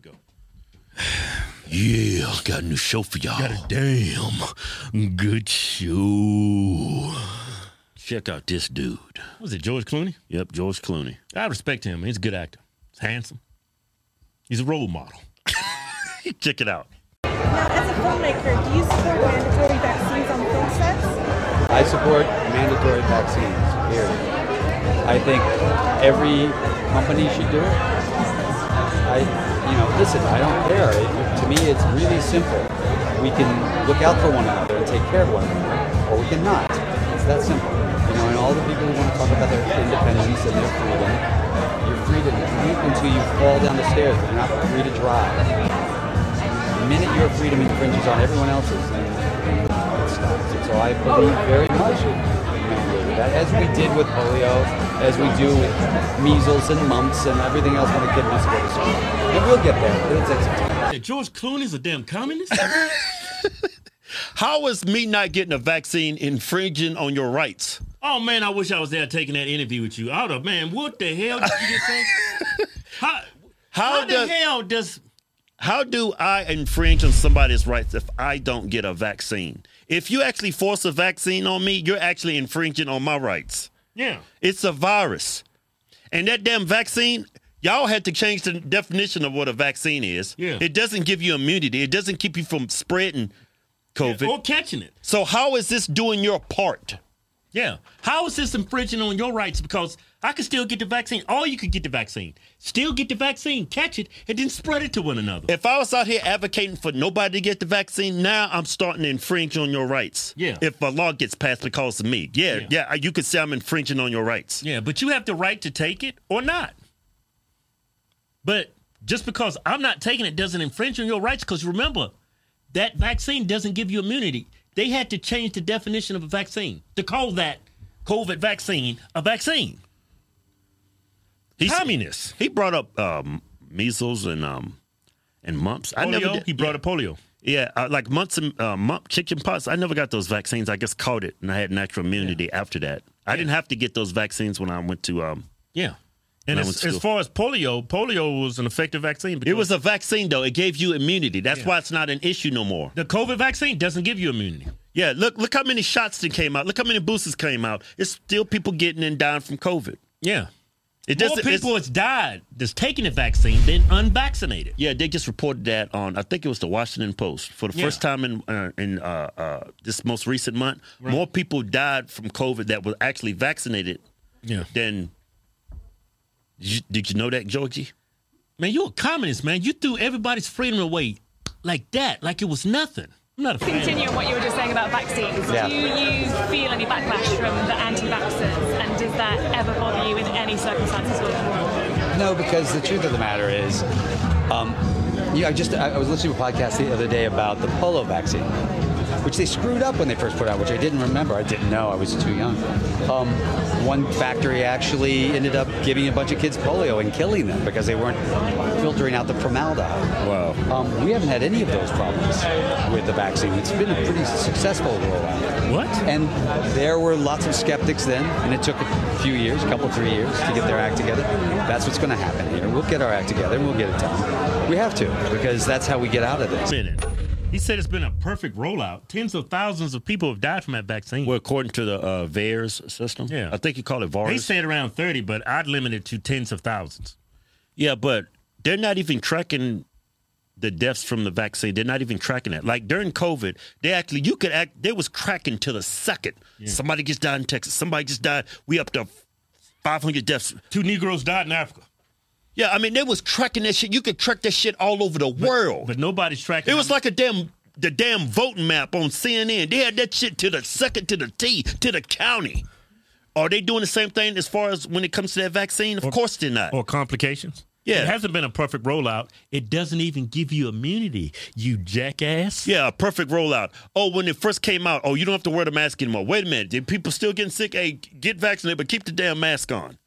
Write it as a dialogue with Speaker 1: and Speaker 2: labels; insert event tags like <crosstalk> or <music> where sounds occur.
Speaker 1: go.
Speaker 2: Yeah, got a new show for y'all.
Speaker 1: Got a
Speaker 2: damn good show. Check out this dude.
Speaker 1: Was it George Clooney?
Speaker 2: Yep, George Clooney.
Speaker 1: I respect him. He's a good actor. He's handsome. He's a role model.
Speaker 2: <laughs> Check it out.
Speaker 3: Now, as a filmmaker, do you support mandatory vaccines on film sets?
Speaker 4: I support mandatory vaccines, period. I think every company should do it. I, you know, listen, I don't care. It, to me, it's really simple. We can look out for one another and take care of one another, or we cannot. It's that simple. You know, and all the people who want to talk about their independence and their freedom, you're free to leap until you fall down the stairs, but you're not free to drive. The minute your freedom infringes on everyone else's, then it stops. And so I believe very much in mandated that, as we did with polio, as we do with measles and mumps and everything else when a kid wants to go to school. And we'll get there. It'll take some time.
Speaker 1: Yeah, George Clooney's a damn communist.
Speaker 2: How is me not getting a vaccine infringing on your rights?
Speaker 1: oh man, I wish I was there taking that interview with you. I would have, man, what the hell did you just say? How,
Speaker 2: How
Speaker 1: how
Speaker 2: <laughs>
Speaker 1: the
Speaker 2: does-
Speaker 1: hell does
Speaker 2: How do I infringe on somebody's rights if I don't get a vaccine? If you actually force a vaccine on me, you're actually infringing on my rights.
Speaker 1: yeah?
Speaker 2: It's a virus. And that damn vaccine, y'all had to change the definition of what a vaccine is.
Speaker 1: Yeah.
Speaker 2: It doesn't give you immunity. It doesn't keep you from spreading COVID.
Speaker 1: Or catching it.
Speaker 2: So how is this doing your part?
Speaker 1: Yeah. How is this infringing on your rights? Because I could still get the vaccine. All you could get the vaccine. Still get the vaccine, catch it, and then spread it to one another.
Speaker 2: If I was out here advocating for nobody to get the vaccine, now I'm starting to infringe on your rights.
Speaker 1: Yeah.
Speaker 2: If a law gets passed because of me. Yeah,
Speaker 1: Yeah.
Speaker 2: yeah, you could say I'm infringing on your rights.
Speaker 1: Yeah, but you have the right to take it or not. But just because I'm not taking it doesn't infringe on your rights because remember, that vaccine doesn't give you immunity. They had to change the definition of a vaccine to call that COVID vaccine a vaccine.
Speaker 2: He's-
Speaker 1: Communist.
Speaker 2: He brought up um, measles and um and mumps. I
Speaker 1: Polio,
Speaker 2: never did-
Speaker 1: he brought up polio.
Speaker 2: Yeah, uh, like mumps and uh, mump chicken pox. I never got those vaccines. I just caught it and I had natural immunity after that. I didn't have to get those vaccines when I went to. Um,
Speaker 1: Yeah. And
Speaker 2: When I went
Speaker 1: as,
Speaker 2: to
Speaker 1: as
Speaker 2: school.
Speaker 1: far as polio, polio was an effective vaccine.
Speaker 2: it
Speaker 1: because
Speaker 2: was a vaccine though. It gave you immunity. That's
Speaker 1: Yeah.
Speaker 2: why it's not an issue no more.
Speaker 1: the COVID vaccine doesn't give you immunity.
Speaker 2: Yeah, look look how many shots that came out. Look how many boosters came out. It's still people getting and dying from COVID.
Speaker 1: Yeah.
Speaker 2: It
Speaker 1: More
Speaker 2: doesn't. it's-
Speaker 1: people has died that's taking the vaccine than unvaccinated.
Speaker 2: Yeah, they just reported that on I think it was the Washington Post for the
Speaker 1: Yeah.
Speaker 2: first time in uh, in uh, uh, this most recent month. More people died from COVID that were actually vaccinated
Speaker 1: Yeah.
Speaker 2: than. Did you, did you know that, Georgie?
Speaker 1: Man, you a communist, man. You threw everybody's freedom away like that, like it was nothing. I'm not a fan.
Speaker 5: Continue on what you were just saying about vaccines.
Speaker 4: Yeah.
Speaker 5: Do you feel any backlash from the anti-vaxxers, and does that ever bother you in any circumstances? whatsoever?
Speaker 4: No, because the truth of the matter is, um, you know, I just I I was listening to a podcast the other day about the polio vaccine, which they screwed up when they first put out, which I didn't remember. I didn't know. I was too young. Um, one factory actually ended up giving a bunch of kids polio and killing them because they weren't filtering out the formaldehyde.
Speaker 2: Wow.
Speaker 4: Um, we haven't had any of those problems with the vaccine. It's been a pretty successful rollout.
Speaker 1: What?
Speaker 4: And there were lots of skeptics then, and it took a few years, a couple, three years to get their act together. That's what's going to happen here. We'll get our act together and we'll get it done. We have to, because that's how we get out of this.
Speaker 1: Minute. He said it's been a perfect rollout. Tens of thousands of people have died from that vaccine.
Speaker 2: Well, according to the uh, VAERS system,
Speaker 1: Yeah.
Speaker 2: I think you call it
Speaker 1: they
Speaker 2: VARS.
Speaker 1: said around 30, but I'd limit it to tens of thousands.
Speaker 2: yeah, but they're not even tracking the deaths from the vaccine. They're not even tracking that. Like during COVID, they actually you could act. They was tracking to the second. Somebody just died in Texas. Somebody just died. We up to five hundred deaths
Speaker 1: Two Negroes died in Africa.
Speaker 2: Yeah, I mean, they was tracking that shit. You could track that shit all over the world.
Speaker 1: But nobody's tracking
Speaker 2: it was like a damn the damn voting map on CNN. They had that shit to the second, to the T, to the county. Are they doing the same thing as far as when it comes to that vaccine? Of course they're not.
Speaker 1: or complications.
Speaker 2: Yeah.
Speaker 1: It hasn't been a perfect rollout. It doesn't even give you immunity, you jackass.
Speaker 2: yeah, a perfect rollout. Oh, when it first came out, oh, you don't have to wear the mask anymore. Wait a minute, did people still getting sick? Hey, get vaccinated, but keep the damn mask on.